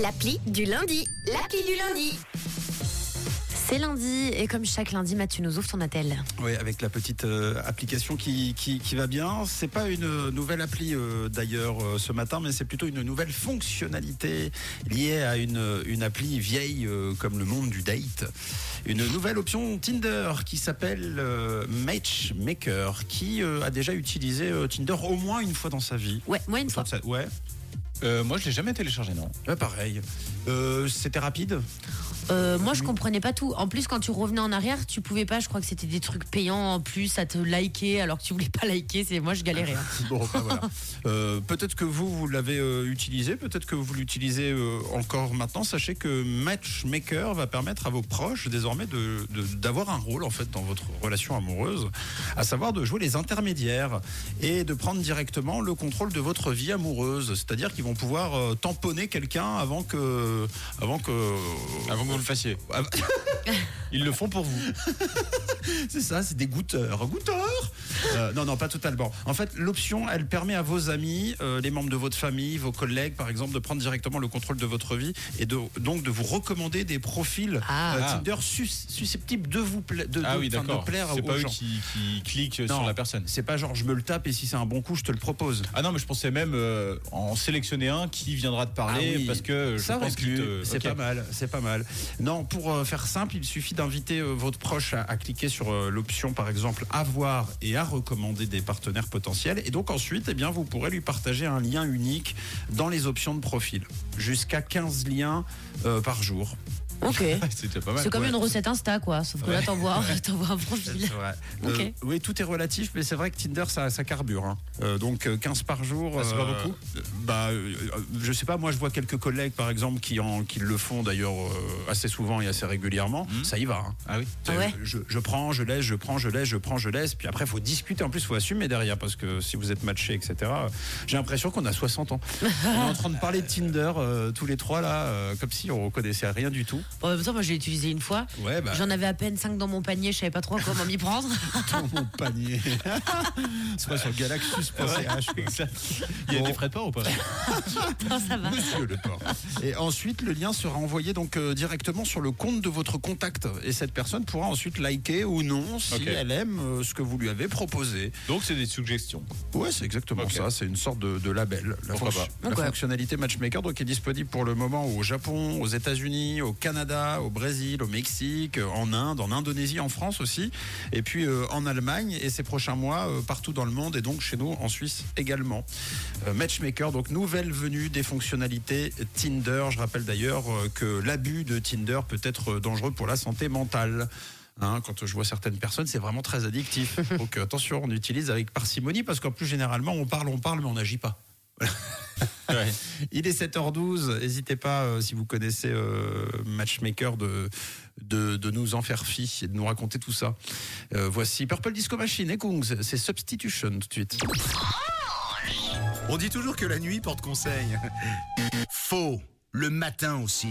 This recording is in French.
L'appli du lundi. L'appli du lundi. C'est lundi et comme chaque lundi, Matt, tu nous ouvres ton attel. Oui, avec la petite euh, application qui, qui, qui va bien. C'est pas une euh, nouvelle appli euh, d'ailleurs euh, ce matin, mais c'est plutôt une nouvelle fonctionnalité liée à une, euh, une appli vieille euh, comme le monde du date. Une nouvelle option Tinder qui s'appelle euh, Matchmaker, qui euh, a déjà utilisé euh, Tinder au moins une fois dans sa vie. Ouais, moi une Je fois. crois que ça- Ouais, Ah. Euh, moi, je l'ai jamais téléchargé, non. ouais, pareil. Euh, C'était rapide. Euh, moi je comprenais pas tout. En plus, quand tu revenais en arrière, tu pouvais pas. Je crois que c'était des trucs payants en plus à te liker alors que tu voulais pas liker. C'est moi je galérais. hein. Bon, bah, voilà. Euh, peut-être que vous, vous l'avez euh, utilisé, peut-être que vous l'utilisez euh, encore maintenant. Sachez que Matchmaker va permettre à vos proches désormais de, de- d'avoir un rôle en fait dans votre relation amoureuse, à savoir de jouer les intermédiaires et de prendre directement le contrôle de votre vie amoureuse. C'est-à-dire qu'ils vont pouvoir euh, tamponner quelqu'un avant que, avant que, Avant que vous le fassiez. Ah, Ils le font pour vous. C'est ça, c'est des goûteurs. Goûteurs Euh, Non, non, pas totalement. En fait, l'option, elle permet à vos amis, euh, les membres de votre famille, vos collègues, par exemple, de prendre directement le contrôle de votre vie et de, donc de vous recommander des profils Ah. euh, Tinder sus- susceptibles de vous pla- de, Ah de- oui, enfin, de d'accord. plaire C'est aux pas eux gens. qui, qui cliquent sur Non. la personne. C'est pas genre je me le tape et si c'est un bon coup, je te le propose. Ah non, mais je pensais même euh, en sélectionner un qui viendra te parler Ah oui. parce que je ça aurait pense pu. qu'il te. C'est Ok. pas mal, c'est pas mal. Non, pour euh, faire simple, il suffit d'inviter euh, votre proche à, à cliquer sur euh, l'option, par exemple, avoir et à recommander des partenaires potentiels. Et donc ensuite, eh bien, vous pourrez lui partager un lien unique dans les options de profil. Jusqu'à 15 liens euh, par jour. Ok. C'était pas mal. C'est comme ouais. une recette Insta quoi. Sauf que là t'envoies t'envoies un profil. vrai. Ok. Euh, oui, tout est relatif, mais c'est vrai que Tinder, ça, ça carbure. hein. Euh, donc euh, 15 par jour. Ah, c'est pas beaucoup euh, Bah, euh, euh, je sais pas, moi je vois quelques collègues par exemple qui, en, qui le font d'ailleurs euh, assez souvent et assez régulièrement. Ça y va. hein. Ah oui. Ah ouais je, je prends, je laisse, je prends, je laisse, je prends, je laisse. Puis après, il faut discuter. En plus, il faut assumer derrière parce que si vous êtes matché, etc. euh, J'ai l'impression qu'on a 60 ans. On est en train de parler de Tinder euh, tous les trois là, euh, comme si on connaissait rien du tout. Bon, en même temps, moi je l'ai utilisé une fois. Ouais, bah, J'en avais à peine 5 dans mon panier. Je savais pas trop comment m'y prendre. dans mon panier. C'est pas sur galaxus.ch. quoi. Il y a Bon. des frais de port ou pas Non, ça va. Monsieur le porc. Et ensuite, le lien sera envoyé donc euh, directement sur le compte de votre contact. Et cette personne pourra ensuite liker ou non si Ok. elle aime euh, ce que vous lui avez proposé. Donc, c'est des suggestions. Ouais, c'est exactement Ok. ça. C'est une sorte de, de label. La, Pourquoi la Ok. fonctionnalité Matchmaker donc, est disponible pour le moment au Japon, aux États-Unis, au Canada, au Brésil, au Mexique, euh, en Inde, en Indonésie, en France aussi. Et puis euh, en Allemagne et ces prochains mois, euh, partout dans le monde et donc chez nous en Suisse également. Euh, Matchmaker, donc nouvelle venue des fonctionnalités Tinder. Je rappelle d'ailleurs euh, que l'abus de Tinder peut être euh, dangereux pour la santé mentale. Hein, quand je vois certaines personnes, c'est vraiment très addictif. Donc euh, attention, on utilise avec parcimonie parce qu'en plus généralement, on parle, on parle, mais on n'agit pas. Ouais. Il est 7h12. N'hésitez pas, euh, si vous connaissez euh, Matchmaker, de, de, de nous en faire fi et de nous raconter tout ça. Euh, voici Purple Disco Machine et Kungs. C'est Substitution tout de suite. On dit toujours que la nuit porte conseil. Faux. Le matin aussi.